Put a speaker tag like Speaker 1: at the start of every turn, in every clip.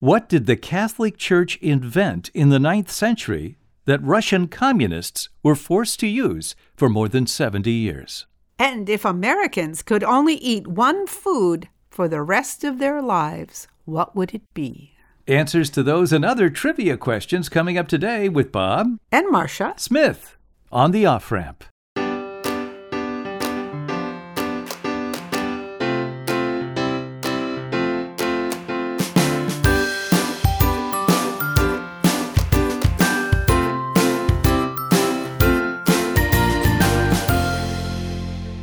Speaker 1: What did the Catholic Church invent in the ninth century that Russian communists were forced to use for more than 70 years?
Speaker 2: And if Americans could only eat one food for the rest of their lives, what would it be?
Speaker 1: Answers to those and other trivia questions coming up today with Bob
Speaker 2: And Marcia,
Speaker 1: Smith on the off ramp.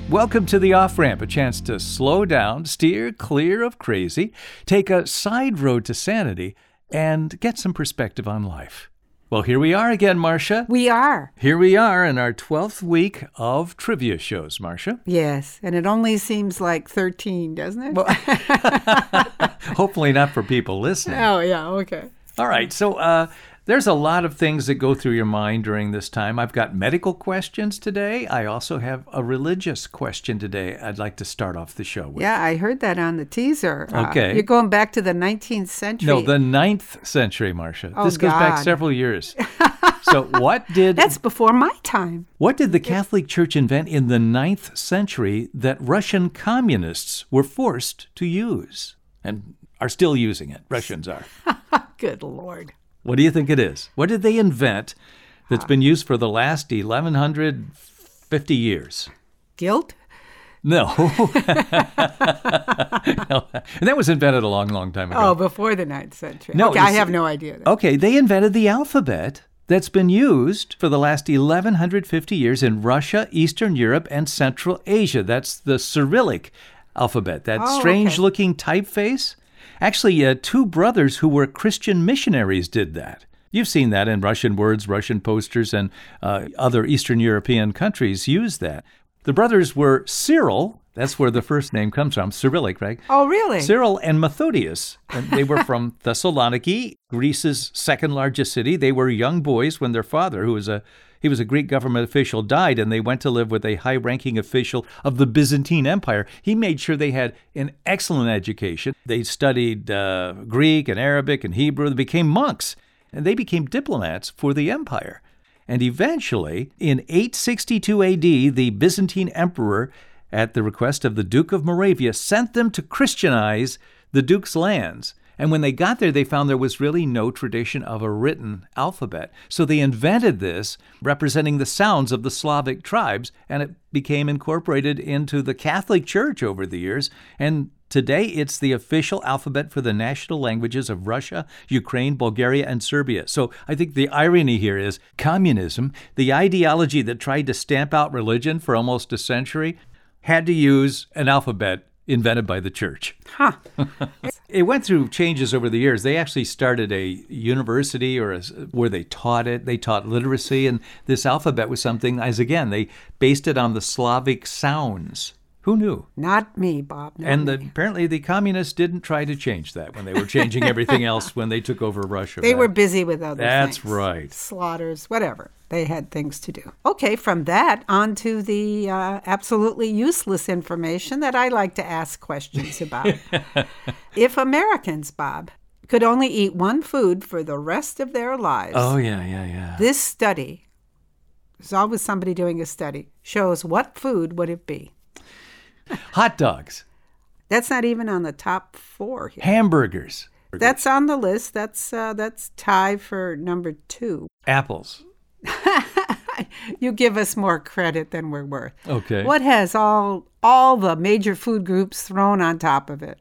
Speaker 1: Welcome to the off ramp, a chance to slow down, steer clear of crazy, take a side road to sanity, and get some perspective on life. Well, here we are again, Marcia.
Speaker 2: we are.
Speaker 1: Here we are in our 12th week of trivia shows, Marcia.
Speaker 2: Yes, and it only seems like 13, doesn't it?
Speaker 1: Well, hopefully not for people listening.
Speaker 2: oh, yeah, okay.
Speaker 1: All right, so uh, there's a lot of things that go through your mind during this time. I've got medical questions today. I also have a religious question today. I'd like to start off the show with.
Speaker 2: Yeah, I heard that on the teaser. Uh,
Speaker 1: Okay.
Speaker 2: you're going back to the 19th century.
Speaker 1: No, the ninth century, Marcia.
Speaker 2: Oh,
Speaker 1: this goes back
Speaker 2: God.
Speaker 1: several years. so what did
Speaker 2: That's before my time.
Speaker 1: what did the Catholic Church invent in the ninth century that Russian communists were forced to use and are still using it? Russians are.
Speaker 2: Good Lord.
Speaker 1: What do you think it is? What did they invent that's been used for the last 1150 years?
Speaker 2: Guilt?
Speaker 1: No. No. And that was invented a long, long time ago.
Speaker 2: Oh, before the 9th century.
Speaker 1: No,
Speaker 2: okay, I
Speaker 1: it's-
Speaker 2: have no idea. then.
Speaker 1: Okay, they invented the alphabet that's been used for the last 1150 years in Russia, Eastern Europe, and Central Asia. That's the Cyrillic alphabet, that
Speaker 2: Oh,
Speaker 1: strange
Speaker 2: okay.
Speaker 1: looking typeface. Actually, uh, two brothers who were Christian missionaries did that. You've seen that in Russian words, Russian posters, and uh, other Eastern European countries use that. The brothers were Cyril, that's where the first name comes from, Cyrillic, right?
Speaker 2: Oh, really?
Speaker 1: Cyril and Methodius. And they were from Thessaloniki, Greece's second largest city. They were young boys when their father, who was a he was a Greek government official, died, and they went to live with a high-ranking official of the Byzantine Empire. He made sure they had an excellent education. They studied uh, Greek and Arabic and Hebrew. They became monks, and they became diplomats for the empire. And eventually, in 862 AD, the Byzantine emperor, at the request of the Duke of Moravia, sent them to Christianize the Duke's lands. And when they got there, they found there was really no tradition of a written alphabet. So they invented this, representing the sounds of the Slavic tribes, and it became incorporated into the Catholic Church over the years. And today, it's the official alphabet for the national languages of Russia, Ukraine, Bulgaria, and Serbia. So I think the irony here is communism, the ideology that tried to stamp out religion for almost a century, had to use an alphabet invented by the church.
Speaker 2: Huh.
Speaker 1: It went through changes over the years. They actually started a university or a, where they taught it. They taught literacy, and this alphabet was something, as again, they based it on the Slavic sounds. Who knew?
Speaker 2: Not me, Bob. not
Speaker 1: And
Speaker 2: me.
Speaker 1: the, apparently, the communists didn't try to change that when they were changing everything else when they took over Russia.
Speaker 2: They
Speaker 1: That-
Speaker 2: were busy with other
Speaker 1: That's
Speaker 2: things.
Speaker 1: right.
Speaker 2: Slaughters, whatever. They had things to do. Okay, from that on to the uh, absolutely useless information that I like to ask questions about. if Americans, Bob, could only eat one food for the rest of their lives,
Speaker 1: Oh yeah, yeah, yeah.
Speaker 2: this study, there's always somebody doing a study, shows what food would it be?
Speaker 1: Hot dogs,
Speaker 2: That's not even on the top four here.
Speaker 1: hamburgers,
Speaker 2: That's on the list. That's uh, that's tie for number two.
Speaker 1: apples.
Speaker 2: you give us more credit than we're worth.
Speaker 1: Okay.
Speaker 2: What has all all the major food groups thrown on top of it?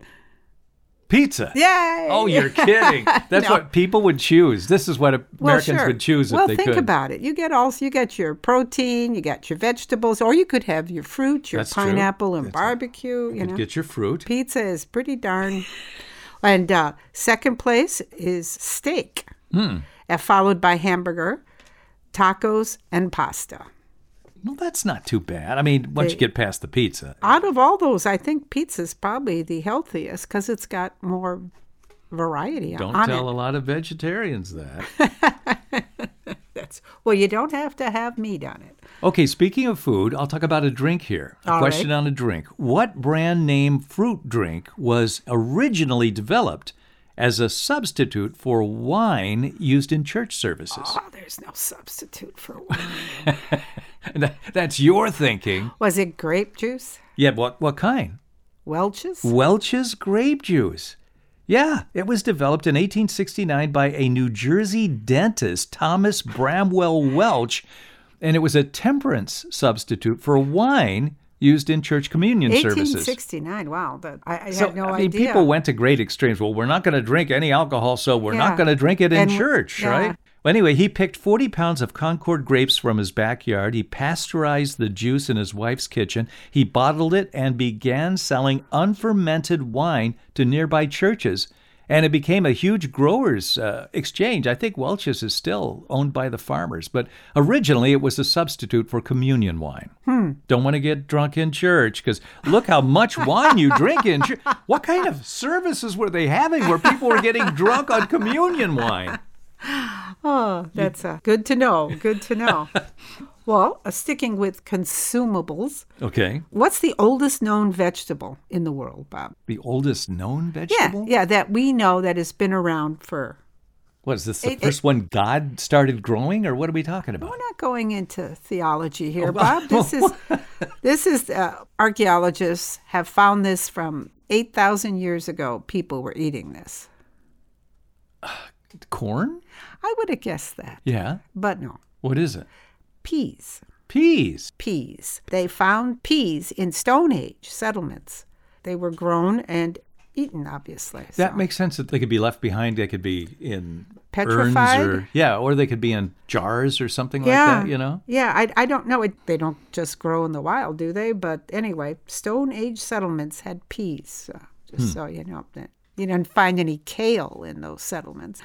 Speaker 1: Pizza.
Speaker 2: Yay!
Speaker 1: Oh, you're kidding. That's
Speaker 2: No.
Speaker 1: what people would choose. This is what Americans
Speaker 2: well, sure.
Speaker 1: would choose if
Speaker 2: well,
Speaker 1: they
Speaker 2: think
Speaker 1: could.
Speaker 2: about it. You get all you get your protein, you got your vegetables, or you could have your fruit, your
Speaker 1: That's true.
Speaker 2: pineapple and
Speaker 1: That's right.
Speaker 2: barbecue. You
Speaker 1: You'd
Speaker 2: know,
Speaker 1: get your fruit.
Speaker 2: pizza is pretty darn. and uh, second place is steak,
Speaker 1: Hmm.
Speaker 2: uh, followed by hamburger, tacos, and pasta.
Speaker 1: Well, that's not too bad. I mean, once you get past the pizza,
Speaker 2: out of all those, I think pizza's probably the healthiest because it's got more variety
Speaker 1: don't
Speaker 2: on
Speaker 1: tell
Speaker 2: it.
Speaker 1: a lot of vegetarians that.
Speaker 2: That's, well, you don't have to have meat on it.
Speaker 1: okay, speaking of food, I'll talk about a drink here. A
Speaker 2: All
Speaker 1: question
Speaker 2: right.
Speaker 1: on a drink. What brand name fruit drink was originally developed as a substitute for wine used in church services.
Speaker 2: Oh, there's no substitute for wine.
Speaker 1: That- That's your thinking.
Speaker 2: Was it grape juice?
Speaker 1: Yeah, what, what kind?
Speaker 2: Welch's?
Speaker 1: Welch's grape juice. Yeah, it was developed in 1869 by a New Jersey dentist, Thomas Bramwell Welch, and it was a temperance substitute for wine used in church communion services.
Speaker 2: 1869. Wow. That, I, I
Speaker 1: So,
Speaker 2: had no
Speaker 1: I mean,
Speaker 2: idea.
Speaker 1: people went to great extremes. Well, we're not going to drink any alcohol, so we're
Speaker 2: Yeah.
Speaker 1: not going to drink it in
Speaker 2: And-
Speaker 1: church,
Speaker 2: yeah.
Speaker 1: right? Well, anyway, he picked 40 pounds of Concord grapes from his backyard. He pasteurized the juice in his wife's kitchen. He bottled it and began selling unfermented wine to nearby churches. And it became a huge growers' uh, exchange. I think Welch's is still owned by the farmers, but originally it was a substitute for communion wine. Don't want to get drunk in church because look how much wine you drink in church. What kind of services were they having where people were getting drunk on communion wine?
Speaker 2: Oh, that's uh, good to know. Good to know. well, uh, sticking with consumables,
Speaker 1: Okay.
Speaker 2: what's the oldest known vegetable in the world, Bob?
Speaker 1: The oldest known
Speaker 2: Yeah,
Speaker 1: vegetable?
Speaker 2: yeah, that we know that has been around for.
Speaker 1: What is this, the
Speaker 2: It-
Speaker 1: first one God started growing, or what are we talking about?
Speaker 2: We're not going into theology here,
Speaker 1: well-
Speaker 2: Bob. This is this is uh, archaeologists have found this from 8,000 years ago. People were eating this.
Speaker 1: Corn?
Speaker 2: I would have guessed that,
Speaker 1: Yeah.
Speaker 2: but no.
Speaker 1: What is it?
Speaker 2: Peas.
Speaker 1: Peas.
Speaker 2: peas. They found peas in Stone Age settlements. They were grown and eaten, obviously.
Speaker 1: That
Speaker 2: so.
Speaker 1: makes sense that they could be left behind. They could be in
Speaker 2: Petrified?
Speaker 1: urns or, yeah, or they could be in jars or something like that, you know?
Speaker 2: Yeah, I, I don't know. It, they don't just grow in the wild, do they? But anyway, Stone Age settlements had peas, so just
Speaker 1: Hmm.
Speaker 2: so you know. That you didn't find any kale in those settlements.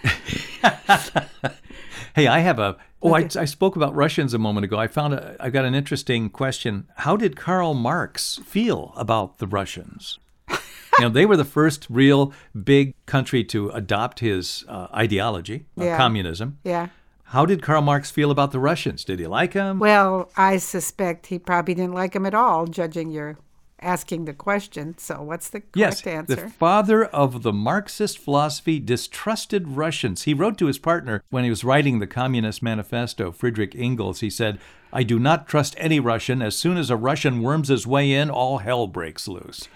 Speaker 1: Hey, I have a. Oh, I, I spoke about Russians a moment ago. I found a, I got an interesting question. How did Karl Marx feel about the Russians? you know, they were the first real big country to adopt his uh, ideology, uh,
Speaker 2: Yeah.
Speaker 1: communism.
Speaker 2: yeah.
Speaker 1: How did Karl Marx feel about the Russians? Did he like them?
Speaker 2: Well, I suspect he probably didn't like them at all, judging your asking the question. So, what's the correct
Speaker 1: Yes,
Speaker 2: answer?
Speaker 1: the father of the Marxist philosophy distrusted Russians. He wrote to his partner when he was writing the Communist Manifesto, Friedrich Engels. He said, I do not trust any Russian. As soon as a Russian worms his way in, all hell breaks loose.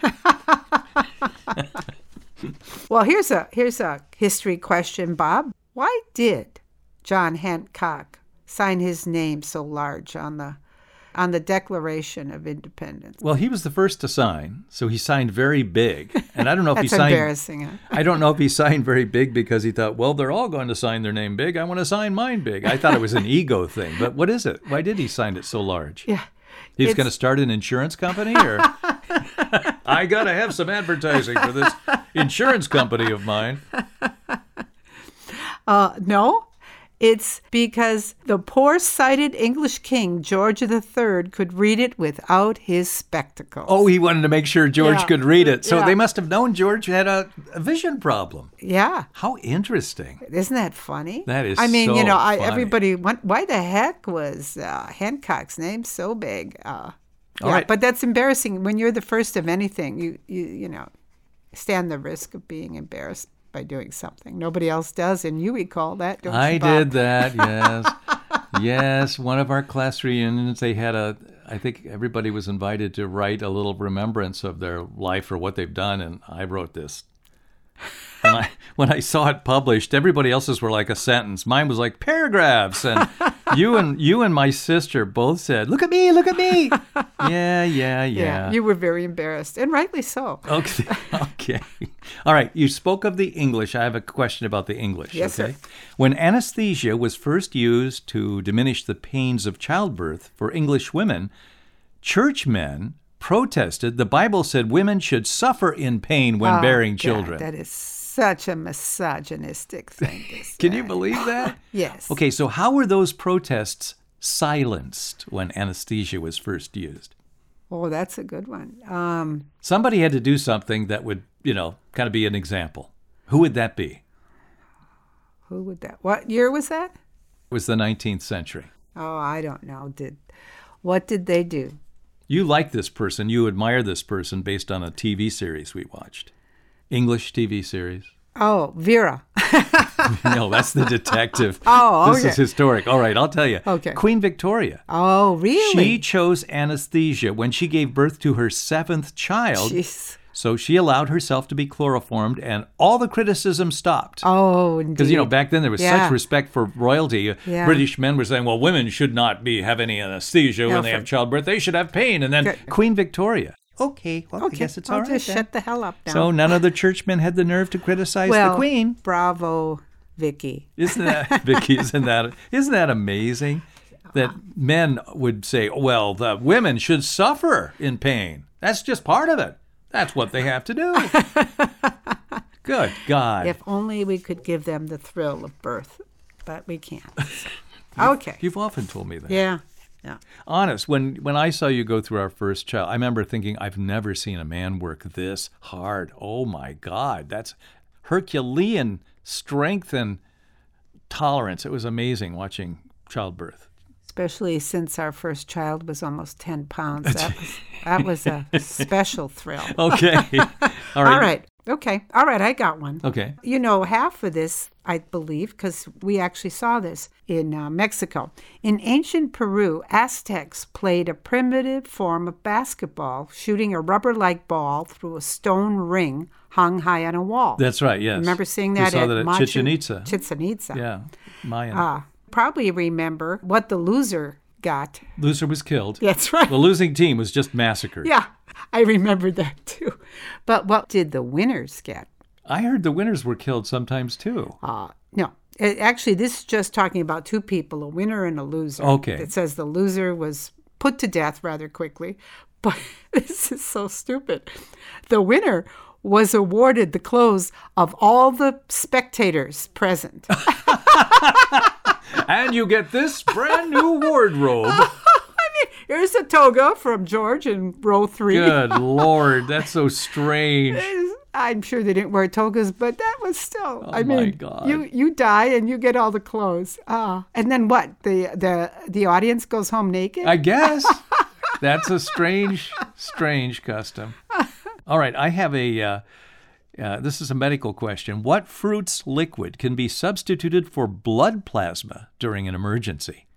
Speaker 2: Well, here's a here's a history question, Bob. Why did John Hancock sign his name so large on the on the Declaration of Independence?
Speaker 1: well, he was the first to sign, so he signed very big. And I don't know if he
Speaker 2: That's
Speaker 1: signed.
Speaker 2: embarrassing. Huh?
Speaker 1: I don't know if he signed very big because he thought, well, they're all going to sign their name big. I want to sign mine big. I thought it was an ego thing, but what is it? Why did he sign it so large?
Speaker 2: Yeah.
Speaker 1: He's
Speaker 2: It's-
Speaker 1: going to start an insurance company, or I got to have some advertising for this insurance company of mine.
Speaker 2: Uh, no, it's because the poor-sighted English king George III could read it without his spectacles.
Speaker 1: Oh, he wanted to make sure George
Speaker 2: Yeah.
Speaker 1: could read it, so
Speaker 2: Yeah.
Speaker 1: they must have known George had a, a vision problem.
Speaker 2: yeah.
Speaker 1: How interesting!
Speaker 2: Isn't that funny?
Speaker 1: That is
Speaker 2: I mean, you
Speaker 1: so
Speaker 2: know, I,
Speaker 1: funny.
Speaker 2: everybody. went why the heck was uh, Hancock's name so big? Uh,
Speaker 1: All
Speaker 2: yeah,
Speaker 1: right.
Speaker 2: but that's embarrassing. When you're the first of anything, you you you know, stand the risk of being embarrassed by doing something nobody else does, and you recall that. Don't
Speaker 1: I
Speaker 2: you, Bob?
Speaker 1: did that. Yes, yes. One of our class reunions, they had a. I think everybody was invited to write a little remembrance of their life or what they've done, and I wrote this. When I, when I saw it published, everybody else's were like a sentence. Mine was like paragraphs, and you and you and my sister both said, "Look at me, look at me." Yeah, yeah, yeah.
Speaker 2: you were very embarrassed, and rightly so.
Speaker 1: Okay. okay. All right. You spoke of the English. I have a question about the English.
Speaker 2: Yes, sir.
Speaker 1: okay. When anesthesia was first used to diminish the pains of childbirth for English women, churchmen protested. The Bible said women should suffer in pain when bearing
Speaker 2: Oh, God,
Speaker 1: children.
Speaker 2: that is such a misogynistic thing. this
Speaker 1: Can you
Speaker 2: guy.
Speaker 1: believe that?
Speaker 2: Yes.
Speaker 1: Okay. So, how were those protests silenced when anesthesia was first used?
Speaker 2: Oh, that's a good one. Um,
Speaker 1: Somebody had to do something that would, you know, kind of be an example. Who would that be?
Speaker 2: who would that? What year was that?
Speaker 1: It was the 19th century.
Speaker 2: Oh, I don't know. Did what did they do?
Speaker 1: You like this person, you admire this person based on a TV series we watched. English TV series.
Speaker 2: Oh, Vera.
Speaker 1: no, that's the detective.
Speaker 2: Oh,
Speaker 1: This is
Speaker 2: okay.
Speaker 1: historic. All right, I'll tell you.
Speaker 2: Okay.
Speaker 1: Queen Victoria.
Speaker 2: Oh, really?
Speaker 1: She chose anesthesia when she gave birth to her seventh child,
Speaker 2: Jeez.
Speaker 1: so she allowed herself to be chloroformed, and all the criticism stopped.
Speaker 2: Oh, indeed.
Speaker 1: Because you know back then there was
Speaker 2: Yeah.
Speaker 1: such respect for royalty. Uh,
Speaker 2: Yeah.
Speaker 1: British men were saying, "Well, women should not be have any anesthesia
Speaker 2: No,
Speaker 1: when they
Speaker 2: for-
Speaker 1: have childbirth; they should have pain." And then
Speaker 2: Okay.
Speaker 1: Queen Victoria. Okay, well, I guess it's
Speaker 2: I'll
Speaker 1: all right.
Speaker 2: just
Speaker 1: then."
Speaker 2: shut the hell up now.
Speaker 1: so none of the churchmen had the nerve to criticize
Speaker 2: well,
Speaker 1: the queen.
Speaker 2: Bravo, Vicky.
Speaker 1: Isn't that Vicky? Isn't that isn't that amazing? That men would say, "Well, the women should suffer in pain. That's just part of it. That's what they have to do." Good God!
Speaker 2: If only we could give them the thrill of birth, but we can't. Okay.
Speaker 1: You've often told me that.
Speaker 2: Yeah. Yeah.
Speaker 1: Honest, when when I saw you go through our first child, I remember thinking, "I've never seen a man work this hard. Oh my God, that's Herculean strength and tolerance." It was amazing watching childbirth.
Speaker 2: Especially since our first child was almost 10 pounds. That was, that was a special thrill.
Speaker 1: Okay, all right,
Speaker 2: All right. Okay. All right. I got one.
Speaker 1: okay.
Speaker 2: You know, half of this, I believe, because we actually saw this in uh, Mexico. In ancient Peru, Aztecs played a primitive form of basketball, shooting a rubber like ball through a stone ring hung high on a wall.
Speaker 1: That's right. Yes.
Speaker 2: Remember seeing
Speaker 1: We
Speaker 2: that
Speaker 1: saw
Speaker 2: at
Speaker 1: that at
Speaker 2: Machu-
Speaker 1: Chichen Itza.
Speaker 2: Chichen Itza.
Speaker 1: yeah, Mayan.
Speaker 2: Ah, probably remember what the loser got.
Speaker 1: Loser was killed.
Speaker 2: That's right.
Speaker 1: The losing team was just massacred.
Speaker 2: yeah, I remember that too. But what did the winners get?
Speaker 1: I heard the winners were killed sometimes too.
Speaker 2: Uh, no, A- actually, this is just talking about two people, a winner and a loser.
Speaker 1: Okay.
Speaker 2: It says the loser was put to death rather quickly. But this is so stupid. The winner was awarded the clothes of all the spectators present.
Speaker 1: and you get this brand new wardrobe.
Speaker 2: Here's a toga from George in row three.
Speaker 1: Good lord, that's so strange.
Speaker 2: I'm sure they didn't wear togas, but that was still. I
Speaker 1: Oh my
Speaker 2: mean,
Speaker 1: God.
Speaker 2: you you die and you get all the clothes. Ah, and then what? The the the audience goes home naked.
Speaker 1: I guess that's a strange, strange custom. All right, I have a. Uh, uh, this is a medical question. What fruit's liquid can be substituted for blood plasma during an emergency?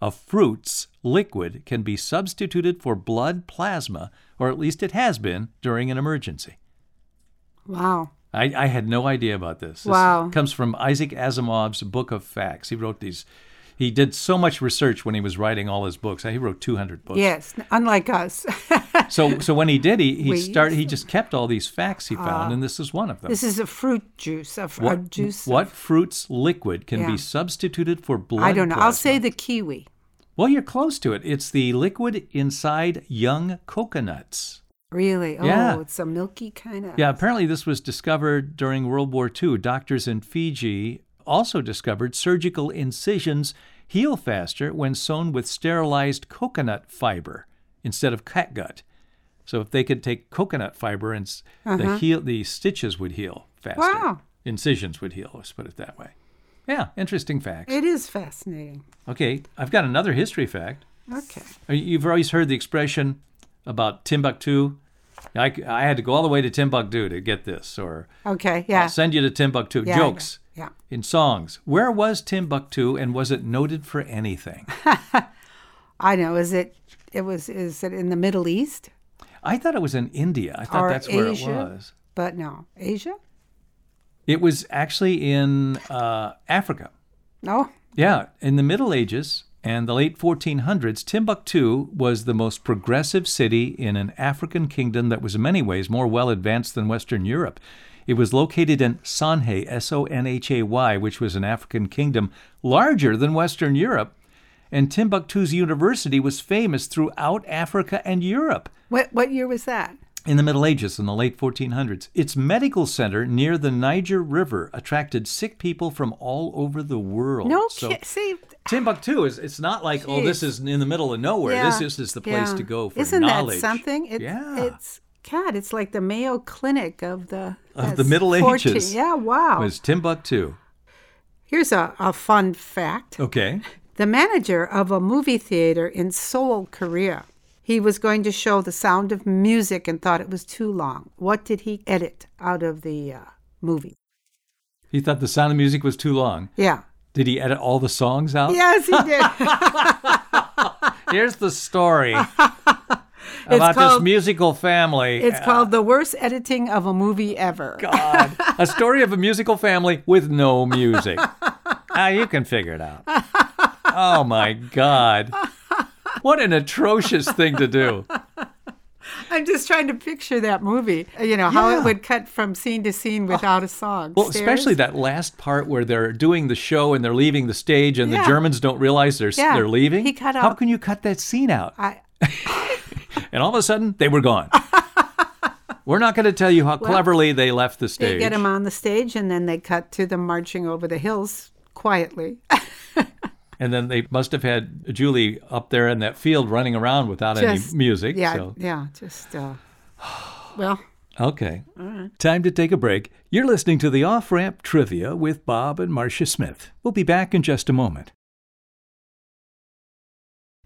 Speaker 1: A fruit's liquid can be substituted for blood plasma, or at least it has been during an emergency.
Speaker 2: wow.
Speaker 1: I, I had no idea about this. This
Speaker 2: Wow.
Speaker 1: comes from Isaac Asimov's Book of Facts. He wrote these. He did so much research when he was writing all his books. He wrote 200 books.
Speaker 2: Yes, unlike us.
Speaker 1: So, so when he did, he, he
Speaker 2: We
Speaker 1: started. He just kept all these facts he found, and this is one of them.
Speaker 2: Ah. this is a fruit juice. A, fr- a
Speaker 1: what
Speaker 2: juice.
Speaker 1: what fruits liquid can
Speaker 2: Yeah.
Speaker 1: be substituted for blood?
Speaker 2: I don't know. I'll
Speaker 1: plasma?
Speaker 2: say the kiwi.
Speaker 1: Well, you're close to it. It's the liquid inside young coconuts.
Speaker 2: Really? Oh,
Speaker 1: Yeah.
Speaker 2: it's a milky kind of.
Speaker 1: Yeah, apparently this was discovered during World War II. Doctors in Fiji also discovered surgical incisions heal faster when sewn with sterilized coconut fiber instead of catgut. So if they could take coconut fiber and s the heal, the stitches would heal faster.
Speaker 2: Uh-huh. Wow.
Speaker 1: Incisions would heal. Let's put it that way. Yeah, interesting facts.
Speaker 2: It is fascinating.
Speaker 1: Okay, I've got another history fact.
Speaker 2: Okay.
Speaker 1: Uh, You've always heard the expression about Timbuktu. I, I had to go all the way to Timbuktu to get this, or
Speaker 2: Okay. Yeah.
Speaker 1: I'll send you to Timbuktu.
Speaker 2: yeah I know.
Speaker 1: Jokes
Speaker 2: Yeah.
Speaker 1: in songs. Where was Timbuktu, and was it noted for anything?
Speaker 2: I know. Is it? It was. Is it in the Middle East?
Speaker 1: I thought it was in India. I thought
Speaker 2: Or
Speaker 1: that's where
Speaker 2: Asia?
Speaker 1: it was.
Speaker 2: But no, Asia.
Speaker 1: It was actually in uh, Africa.
Speaker 2: No.
Speaker 1: Yeah, in the Middle Ages and the late 1400s, Timbuktu was the most progressive city in an African kingdom that was in many ways more well advanced than Western Europe. It was located in Sanhe, S O N H A Y, which was an African kingdom larger than Western Europe. And Timbuktu's university was famous throughout Africa and Europe
Speaker 2: What What year was that?
Speaker 1: in the Middle Ages in the late 1400s. Its medical center near the Niger River attracted sick people from all over the world.
Speaker 2: No.
Speaker 1: So-
Speaker 2: ki- see,
Speaker 1: Timbuktu is it's not like oh this is in the middle of nowhere.
Speaker 2: Yeah.
Speaker 1: This is, is the place
Speaker 2: Yeah.
Speaker 1: to go for
Speaker 2: Isn't
Speaker 1: knowledge.
Speaker 2: that something? It's,
Speaker 1: Yeah.
Speaker 2: It's God. It's like the Mayo Clinic of the
Speaker 1: Of the
Speaker 2: that's
Speaker 1: Middle
Speaker 2: 14
Speaker 1: Ages.
Speaker 2: Yeah. Wow.
Speaker 1: Was Timbuktu.
Speaker 2: Here's a, a fun fact.
Speaker 1: Okay.
Speaker 2: the manager of a movie theater in Seoul, Korea. He was going to show The Sound of Music and thought it was too long. What did he edit out of the uh, movie?
Speaker 1: He thought the sound of music was too long.
Speaker 2: Yeah.
Speaker 1: Did he edit all the songs out?
Speaker 2: Yes, he did.
Speaker 1: Here's the story about this
Speaker 2: called-
Speaker 1: musical family.
Speaker 2: It's called The Worst Editing of a Movie Ever.
Speaker 1: God. Uh, a story of a musical family with no music. Ah, you can figure it out. Oh my God. What an atrocious thing to do.
Speaker 2: I'm just trying to picture that movie, you know, how
Speaker 1: Yeah. Oh.
Speaker 2: it would cut from scene to scene without a song.
Speaker 1: Well, especially that last part where they're doing the show and they're leaving the stage and the
Speaker 2: Yeah.
Speaker 1: Germans don't realize they're,
Speaker 2: Yeah.
Speaker 1: they're leaving.
Speaker 2: He cut
Speaker 1: How
Speaker 2: out- Uh.
Speaker 1: can you cut that scene out?
Speaker 2: I,
Speaker 1: And all of a sudden, they were gone. We're not going to tell you how cleverly they left the
Speaker 2: they
Speaker 1: stage.
Speaker 2: get him on the stage and then they cut to them marching over the hills quietly.
Speaker 1: and then they must have had Julie up there in that field running around without
Speaker 2: Just-
Speaker 1: any music.
Speaker 2: Yeah,
Speaker 1: So.
Speaker 2: yeah, just, uh, well,
Speaker 1: Okay. Time to take a break. You're listening to the Off Ramp Trivia with Bob and Marcia Smith. We'll be back in just a moment.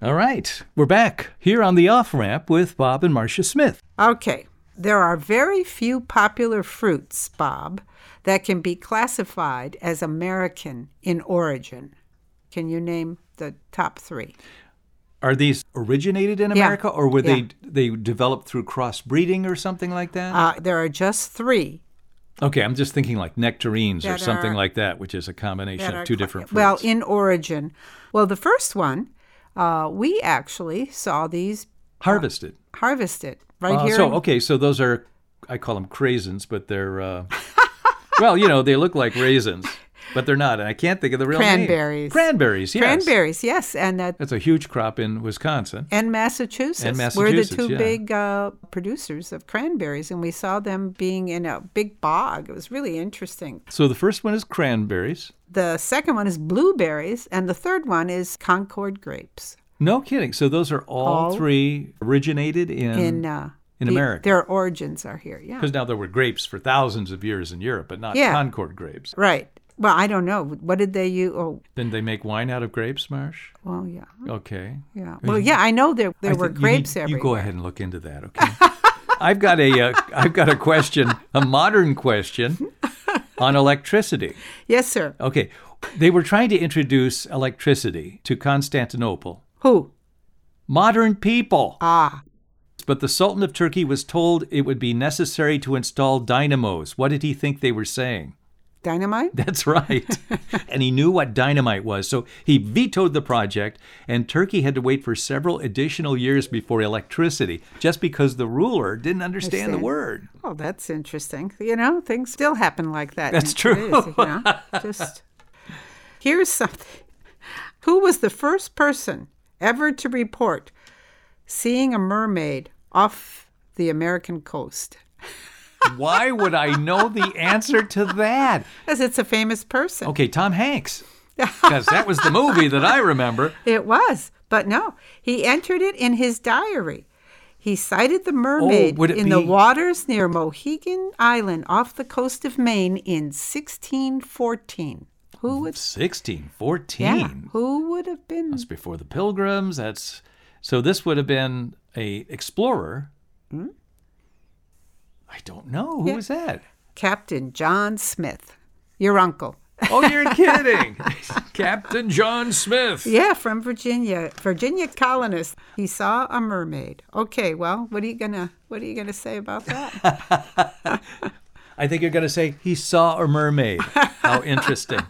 Speaker 1: All right, we're back here on the Off Ramp with Bob and Marcia Smith.
Speaker 2: okay. There are very few popular fruits, Bob, that can be classified as American in origin. Can you name the top three?
Speaker 1: Are these originated in
Speaker 2: Yeah.
Speaker 1: America, or were
Speaker 2: Yeah.
Speaker 1: they they developed through crossbreeding or something like that?
Speaker 2: Uh, there are just three
Speaker 1: okay, I'm just thinking like nectarines or
Speaker 2: That
Speaker 1: something
Speaker 2: are-
Speaker 1: like that, which is a combination
Speaker 2: that
Speaker 1: of
Speaker 2: are
Speaker 1: two
Speaker 2: cla-
Speaker 1: different fruits.
Speaker 2: Well, in origin. Well, the first one, uh, we actually saw these
Speaker 1: harvested.
Speaker 2: harvested right
Speaker 1: Uh,
Speaker 2: here.
Speaker 1: So
Speaker 2: in-
Speaker 1: okay, so those are I call them craisins, but they're uh, well, you know, they look like raisins, but they're not. And I can't think of the real name.
Speaker 2: Cranberries.
Speaker 1: Cranberries. Yes.
Speaker 2: Cranberries, yes, and that
Speaker 1: That's a huge crop in Wisconsin.
Speaker 2: and Massachusetts,
Speaker 1: And
Speaker 2: were the
Speaker 1: Massachusetts,
Speaker 2: two
Speaker 1: yeah.
Speaker 2: big uh, producers of cranberries, and we saw them being in a big bog. It was really interesting.
Speaker 1: So the first one is cranberries.
Speaker 2: The second one is blueberries, and the third one is Concord grapes.
Speaker 1: No kidding. So those are all,
Speaker 2: All-
Speaker 1: three originated in,
Speaker 2: In uh,
Speaker 1: in
Speaker 2: the-
Speaker 1: America.
Speaker 2: their origins are here. Yeah,
Speaker 1: because now there were grapes for thousands of years in Europe, but not
Speaker 2: Yeah.
Speaker 1: Concord grapes.
Speaker 2: right. Well, I don't know. What did they use? Oh,
Speaker 1: Then they make wine out of grapes, Marsh.
Speaker 2: well, yeah.
Speaker 1: Okay.
Speaker 2: Yeah. Well, yeah, I know there there
Speaker 1: Mm-hmm. I
Speaker 2: were
Speaker 1: think you need-
Speaker 2: grapes everywhere.
Speaker 1: You go ahead and look into that, okay? I've got a uh, I've got a question, a modern question on electricity.
Speaker 2: Yes, sir.
Speaker 1: Okay, they were trying to introduce electricity to Constantinople.
Speaker 2: Who?
Speaker 1: Modern people.
Speaker 2: Ah,
Speaker 1: But the Sultan of Turkey was told it would be necessary to install dynamos. What did he think they were saying?
Speaker 2: dynamite.
Speaker 1: That's right. and he knew what dynamite was, so he vetoed the project, and Turkey had to wait for several additional years before electricity just because the ruler didn't understand the word.
Speaker 2: Understand. Oh, that's interesting. You know, things still happen like that.
Speaker 1: That's
Speaker 2: in
Speaker 1: true.
Speaker 2: today's, you know? Just here's something. Who was the first person ever to report seeing a mermaid off the American coast?
Speaker 1: Why would I know the answer to that?
Speaker 2: Because it's a famous person.
Speaker 1: Okay, Tom Hanks. Because that was the movie that I remember.
Speaker 2: It was, but no, he entered it in his diary. He sighted the mermaid
Speaker 1: would it
Speaker 2: in the
Speaker 1: be-
Speaker 2: waters near Mohegan Island off the coast of Maine in 1614. Who would
Speaker 1: 1614.
Speaker 2: yeah, who would have been
Speaker 1: That's before the Pilgrims. That's so. This would have been a explorer. I don't know who was that.
Speaker 2: Captain John Smith, your uncle?
Speaker 1: Oh, you're kidding. Captain John Smith.
Speaker 2: Yeah, from Virginia, Virginia colonist. He saw a mermaid. Okay, well, what are you gonna what are you gonna say about that?
Speaker 1: I think you're going to say he saw a mermaid. How interesting.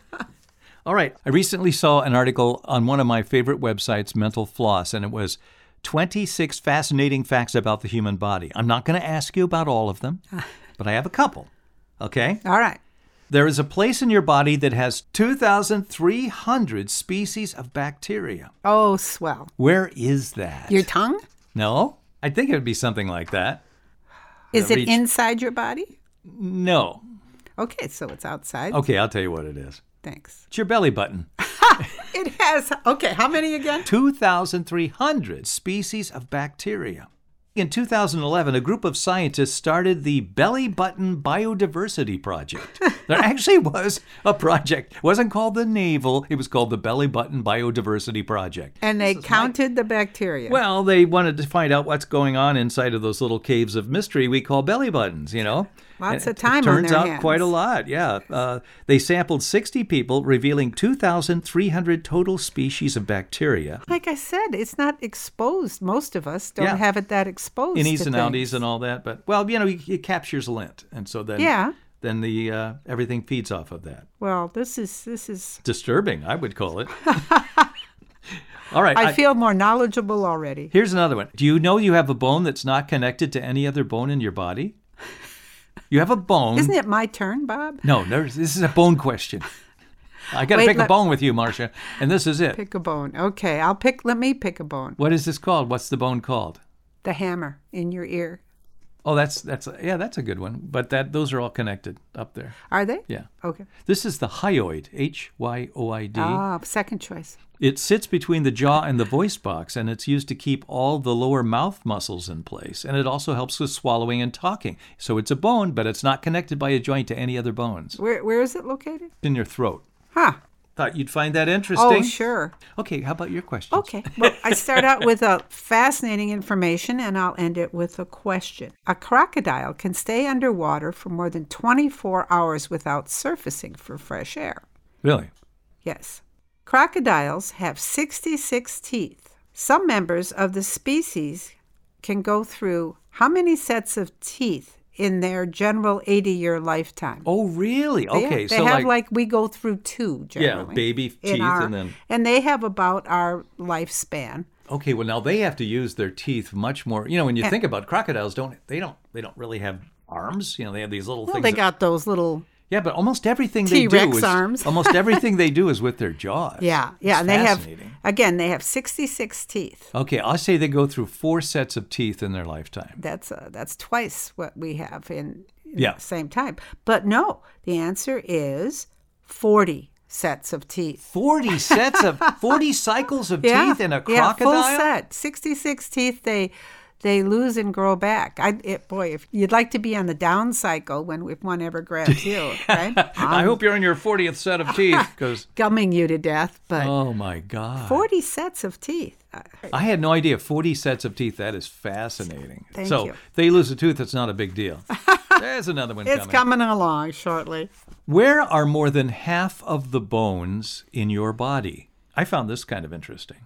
Speaker 1: All right. I recently saw an article on one of my favorite websites, Mental Floss, and it was 26 fascinating facts about the human body. I'm not going to ask you about all of them, but I have a couple. Okay?
Speaker 2: All right.
Speaker 1: There is a place in your body that has 2,300 species of bacteria.
Speaker 2: Oh, swell.
Speaker 1: Where is that?
Speaker 2: Your tongue?
Speaker 1: no? I think it would be something like that.
Speaker 2: Is it
Speaker 1: reach.
Speaker 2: inside your body?
Speaker 1: No.
Speaker 2: Okay, so it's outside.
Speaker 1: Okay, I'll tell you what it is.
Speaker 2: Thanks.
Speaker 1: It's your belly button.
Speaker 2: It has. Okay, how many again?
Speaker 1: 2,300 species of bacteria. In 2011, a group of scientists started the Belly Button Biodiversity Project. There actually was a project. It wasn't called the Naval, it was called the Belly Button Biodiversity Project.
Speaker 2: And they counted the bacteria.
Speaker 1: Well, they wanted to find out what's going on inside of those little caves of mystery we call belly buttons, you know?
Speaker 2: Lots
Speaker 1: And
Speaker 2: of time on
Speaker 1: It turns
Speaker 2: their
Speaker 1: out
Speaker 2: hands.
Speaker 1: quite a lot, yeah. Uh, they sampled 60 people, revealing 2,300 total species of bacteria.
Speaker 2: like I said, it's not exposed. Most of us don't
Speaker 1: Yeah.
Speaker 2: have it that exposed.
Speaker 1: innies
Speaker 2: to
Speaker 1: and
Speaker 2: things.
Speaker 1: outies and all that. But well, you know, it, it captures lint, and so then
Speaker 2: Yeah.
Speaker 1: then the uh, everything feeds off of that.
Speaker 2: Well, this is this is.
Speaker 1: Disturbing, I would call it. all right.
Speaker 2: I,
Speaker 1: I- Mm-hmm.
Speaker 2: feel more knowledgeable already.
Speaker 1: here's another one. Do you know you have a bone that's not connected to any other bone in your body? You have a bone.
Speaker 2: Isn't it my turn, Bob?
Speaker 1: No, no, this is a bone question. I got to
Speaker 2: Wait,
Speaker 1: pick a
Speaker 2: let-
Speaker 1: bone with you, Marcia, and this is it.
Speaker 2: Pick a bone. Okay, I'll pick. Let me pick a bone.
Speaker 1: What is this called? What's the bone called?
Speaker 2: The hammer in your ear.
Speaker 1: Oh, that's that's yeah, that's a good one. But that those are all connected up there.
Speaker 2: Are they?
Speaker 1: Yeah.
Speaker 2: Okay.
Speaker 1: This is the hyoid, H Y O I D.
Speaker 2: Ah, second choice.
Speaker 1: It sits between the jaw and the voice box, and it's used to keep all the lower mouth muscles in place. And it also helps with swallowing and talking. So it's a bone, but it's not connected by a joint to any other bones.
Speaker 2: Where Where is it located?
Speaker 1: In your throat.
Speaker 2: Huh.
Speaker 1: Thought you'd find that
Speaker 2: Oh,
Speaker 1: interesting.
Speaker 2: sure.
Speaker 1: Okay, how about your question?
Speaker 2: Okay. Well, I start out with a fascinating information and I'll end it with a question. A crocodile can stay underwater for more than 24 hours without surfacing for fresh air.
Speaker 1: Really?
Speaker 2: Yes. Crocodiles have 66 teeth. Some members of the species can go through how many sets of teeth in their general 80 year lifetime?
Speaker 1: Oh, really?
Speaker 2: They-
Speaker 1: Okay,
Speaker 2: they
Speaker 1: so
Speaker 2: have
Speaker 1: like,
Speaker 2: like, we go through two generally.
Speaker 1: baby
Speaker 2: in
Speaker 1: teeth
Speaker 2: our-
Speaker 1: and then-
Speaker 2: and they have about our lifespan.
Speaker 1: okay, well now they have to use their teeth much more. You know, when you think about crocodiles, don't they don't they don't really have arms? You know, they have these little
Speaker 2: Well,
Speaker 1: things.
Speaker 2: they
Speaker 1: that-
Speaker 2: got those little
Speaker 1: yeah, but almost everything they do
Speaker 2: T-Rex
Speaker 1: is
Speaker 2: arms.
Speaker 1: almost everything they do is with their jaws.
Speaker 2: yeah yeah,
Speaker 1: It's
Speaker 2: and they have
Speaker 1: fascinating.
Speaker 2: again they have sixty six teeth.
Speaker 1: Okay, I say they go through four sets of teeth in their lifetime.
Speaker 2: That's uh, that's twice what we have in, in
Speaker 1: Yeah.
Speaker 2: the same time. But no, the answer is forty sets of teeth.
Speaker 1: Forty sets of forty cycles of
Speaker 2: Yeah,
Speaker 1: teeth in a
Speaker 2: yeah,
Speaker 1: crocodile.
Speaker 2: full set sixty six teeth. They they lose and grow back. I it, boy, if you'd like to be on the down cycle when if one ever grabs you, right?
Speaker 1: I hope you're on your fortieth set of teeth because
Speaker 2: Gumming you to death, but
Speaker 1: oh my god,
Speaker 2: forty sets of teeth. Uh,
Speaker 1: I had no idea. Forty sets of teeth. That is fascinating.
Speaker 2: Thank
Speaker 1: so
Speaker 2: you.
Speaker 1: they lose a tooth. It's not a big deal. There's another one
Speaker 2: It's
Speaker 1: coming.
Speaker 2: coming along shortly.
Speaker 1: Where are more than half of the bones in your body? I found this kind of interesting.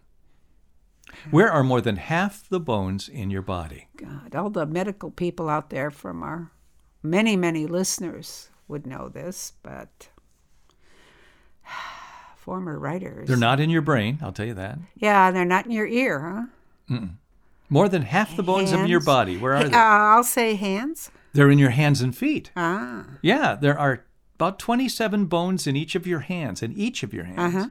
Speaker 1: Where are more than half the bones in your body?
Speaker 2: God, all the medical people out there from our many, many listeners would know this, but former writers.
Speaker 1: They're not in your brain. I'll tell you that.
Speaker 2: Yeah, they're not in your ear, huh?
Speaker 1: More than half the bones in your
Speaker 2: Hands.
Speaker 1: body. Where are
Speaker 2: Uh,
Speaker 1: they?
Speaker 2: I'll say hands.
Speaker 1: They're in your hands and feet.
Speaker 2: Ah,
Speaker 1: Yeah, there are about 27 bones in each of your hands, in each of your hands.
Speaker 2: Uh-huh.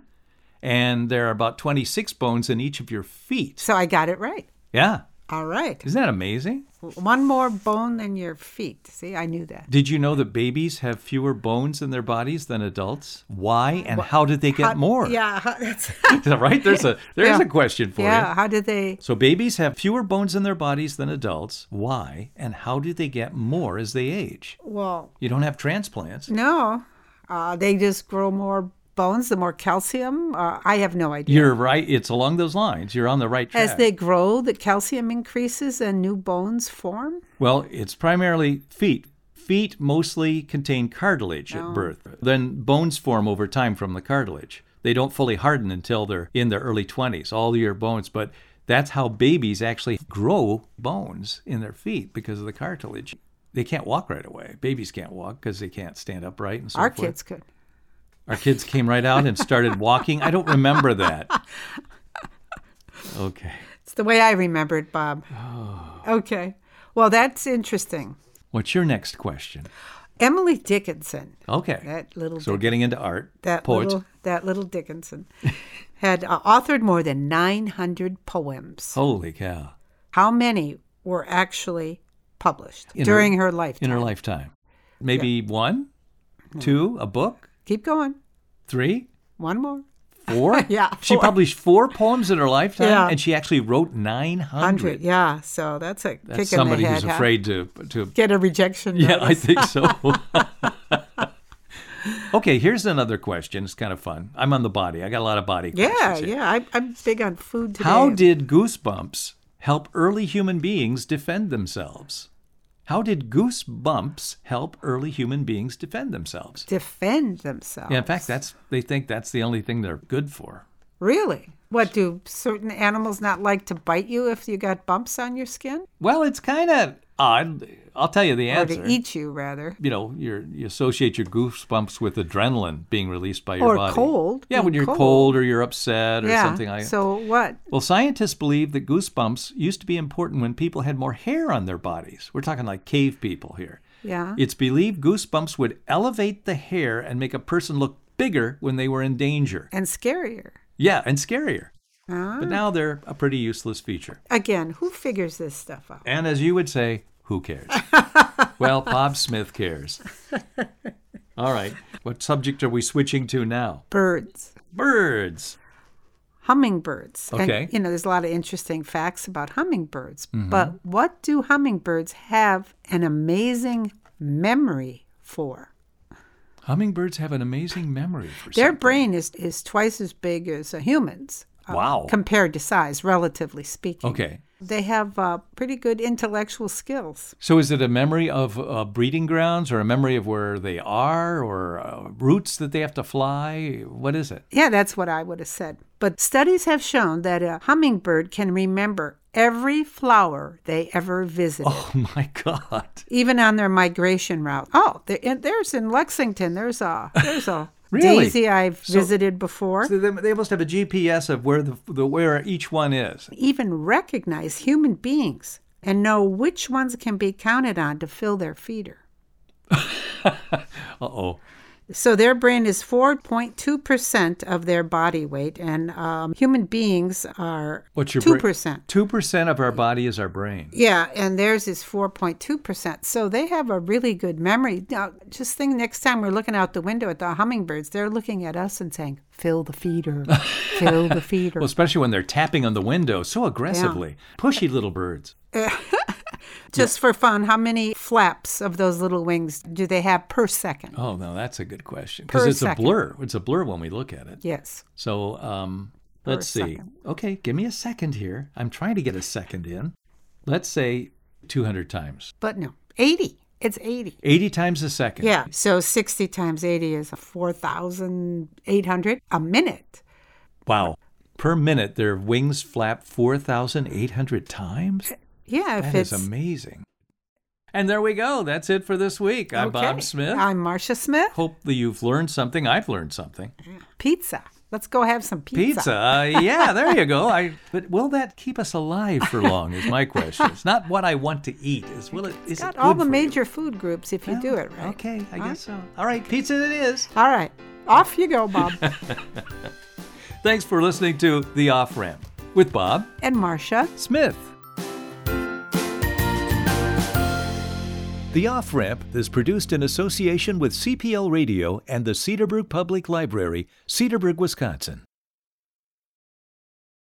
Speaker 1: And there are about 26 bones in each of your feet.
Speaker 2: so I got it right.
Speaker 1: Yeah.
Speaker 2: All right.
Speaker 1: Isn't that amazing?
Speaker 2: One more bone than your feet. See, I knew that.
Speaker 1: Did you know that babies have fewer bones in their bodies than adults? Why and how did they get
Speaker 2: How-
Speaker 1: more?
Speaker 2: Yeah. How, that's,
Speaker 1: right? There's a there's
Speaker 2: Yeah.
Speaker 1: a question for
Speaker 2: yeah.
Speaker 1: you.
Speaker 2: How did they?
Speaker 1: So babies have fewer bones in their bodies than adults. Why and how do they get more as they age?
Speaker 2: Well,
Speaker 1: You don't have transplants.
Speaker 2: no. Uh, they just grow more bones, the more calcium. Uh, I have no idea.
Speaker 1: You're right. It's along those lines. You're on the right track.
Speaker 2: As they grow, the calcium increases and new bones form.
Speaker 1: Well, it's primarily feet. Feet mostly contain cartilage
Speaker 2: Oh.
Speaker 1: at birth. Then bones form over time from the cartilage. They don't fully harden until they're in their early 20s, all your bones, but that's how babies actually grow bones in their feet because of the cartilage. They can't walk right away. Babies can't walk because they can't stand upright and so
Speaker 2: Our
Speaker 1: forth.
Speaker 2: kids could.
Speaker 1: Our kids came right out and started walking. I don't remember that. Okay.
Speaker 2: It's the way I remember it, Bob.
Speaker 1: Oh.
Speaker 2: Okay. Well, that's interesting.
Speaker 1: What's your next question?
Speaker 2: Emily Dickinson,
Speaker 1: Okay.
Speaker 2: that little
Speaker 1: so we're
Speaker 2: Dick-
Speaker 1: getting into art.
Speaker 2: that
Speaker 1: poets.
Speaker 2: little that little Dickinson, had uh, authored more than 900 poems.
Speaker 1: Holy cow.
Speaker 2: How many were actually published
Speaker 1: In her-
Speaker 2: during her, lifetime?
Speaker 1: in her lifetime. Maybe one, two, a book,
Speaker 2: Keep going.
Speaker 1: three,
Speaker 2: One more.
Speaker 1: four.
Speaker 2: Yeah,
Speaker 1: She
Speaker 2: four.
Speaker 1: published four poems in her lifetime,
Speaker 2: Yeah.
Speaker 1: and she actually wrote
Speaker 2: 100.
Speaker 1: 900.
Speaker 2: Yeah. So that's a
Speaker 1: That's
Speaker 2: kick in the
Speaker 1: somebody
Speaker 2: head.
Speaker 1: who's
Speaker 2: huh?
Speaker 1: afraid to, to
Speaker 2: Get a rejection.
Speaker 1: yeah, I
Speaker 2: notice.
Speaker 1: think so. Okay, here's another question. It's kind of fun. I'm on the body. I got a lot of body
Speaker 2: Yeah,
Speaker 1: questions. here.
Speaker 2: yeah. I, I'm big on food today.
Speaker 1: How did goosebumps help early human beings defend themselves? How did goosebumps help early human beings defend themselves?
Speaker 2: defend themselves?
Speaker 1: Yeah, in fact, that's they think that's the only thing they're good for.
Speaker 2: really what do certain animals not like to bite you if you got bumps on your skin
Speaker 1: Well, it's kind of odd. I'll tell you the
Speaker 2: or
Speaker 1: answer.
Speaker 2: to eat you rather?
Speaker 1: you know, you're, you associate your goosebumps with adrenaline being released by your
Speaker 2: Or
Speaker 1: body.
Speaker 2: cold,
Speaker 1: Yeah, when
Speaker 2: being
Speaker 1: you're cold.
Speaker 2: cold.
Speaker 1: or you're upset or
Speaker 2: yeah.
Speaker 1: something like that.
Speaker 2: so what?
Speaker 1: Well, scientists believe that goosebumps used to be important when people had more hair on their bodies. We're talking like cave people here.
Speaker 2: Yeah.
Speaker 1: It's believed goosebumps would elevate the hair and make a person look bigger when they were in danger.
Speaker 2: and scarier.
Speaker 1: Yeah, and scarier.
Speaker 2: Huh?
Speaker 1: But now they're a pretty useless feature.
Speaker 2: Again, who figures this stuff out?
Speaker 1: And as you would say, who cares? well, Bob Smith cares. All right. What subject are we switching to now?
Speaker 2: Birds,
Speaker 1: Birds.
Speaker 2: hummingbirds. And,
Speaker 1: Okay. Mm-hmm.
Speaker 2: you know, there's a lot of interesting facts about hummingbirds. But what do hummingbirds have an amazing memory for?
Speaker 1: Hummingbirds have an amazing memory for
Speaker 2: Their
Speaker 1: something.
Speaker 2: brain is, is twice as big as a human's. uh,
Speaker 1: Wow.
Speaker 2: Compared to size, relatively speaking.
Speaker 1: Okay.
Speaker 2: They have uh, pretty good intellectual skills.
Speaker 1: So is it a memory of uh, breeding grounds or a memory of where they are or uh, routes that they have to fly? What is it?
Speaker 2: Yeah, that's what I would have said. But studies have shown that a hummingbird can remember every flower they ever visited,
Speaker 1: Oh my God.
Speaker 2: even on their migration route. Oh, there, and there's in Lexington. There's a there's a
Speaker 1: Really?
Speaker 2: daisy I've
Speaker 1: So-
Speaker 2: visited before.
Speaker 1: So they, they must have a GPS of where the, the where each one is.
Speaker 2: even recognize human beings and know which ones can be counted on to fill their feeder.
Speaker 1: Uh oh.
Speaker 2: So their brain is 4.2% of their body weight, and um, human beings are
Speaker 1: What's your
Speaker 2: 2%.
Speaker 1: brain? Two percent of our body is our brain.
Speaker 2: Yeah, and theirs is 4.2%. So they have a really good memory. Now, just think next time we're looking out the window at the hummingbirds, they're looking at us and saying, fill the feeder, fill the feeder.
Speaker 1: Well, especially when they're tapping on the window so aggressively. Pushy little birds.
Speaker 2: just for fun, how many flaps of those little wings do they have per second?
Speaker 1: Oh no, that's a good question because
Speaker 2: Per
Speaker 1: it's a
Speaker 2: second.
Speaker 1: blur. It's a blur when we look at it.
Speaker 2: Yes.
Speaker 1: So um, let's see.
Speaker 2: second.
Speaker 1: Okay, give me a second here. I'm trying to get a second in. Let's say 200 times,
Speaker 2: But no, 80. It's 80.
Speaker 1: 80 times a second.
Speaker 2: Yeah. So 60 times 80 is 4,800 a minute.
Speaker 1: Wow. Per minute, their wings flap 4,800 times.
Speaker 2: Yeah. If
Speaker 1: That
Speaker 2: it's
Speaker 1: is amazing. And there we go. That's it for this week. I'm
Speaker 2: Okay. Uh,
Speaker 1: Bob Smith.
Speaker 2: I'm Marcia Smith.
Speaker 1: Hope that you've learned something. I've learned something.
Speaker 2: Pizza. Let's go have some pizza.
Speaker 1: Pizza. Uh, yeah, there you go. I but will that keep us alive for long is my question. It's not what I want to eat. Is will it is
Speaker 2: Got
Speaker 1: it
Speaker 2: all
Speaker 1: good for
Speaker 2: the
Speaker 1: you? Oh,
Speaker 2: major food groups if you do it right.
Speaker 1: Okay, I guess so. All right, pizza it is.
Speaker 2: All right. Off you go, Bob
Speaker 1: Thanks for listening to The Off Ramp with Bob
Speaker 2: and Marcia.
Speaker 1: Smith. The Off Ramp is produced in association with CPL Radio and the Cedarbrook Public Library, Cedarburg, Wisconsin.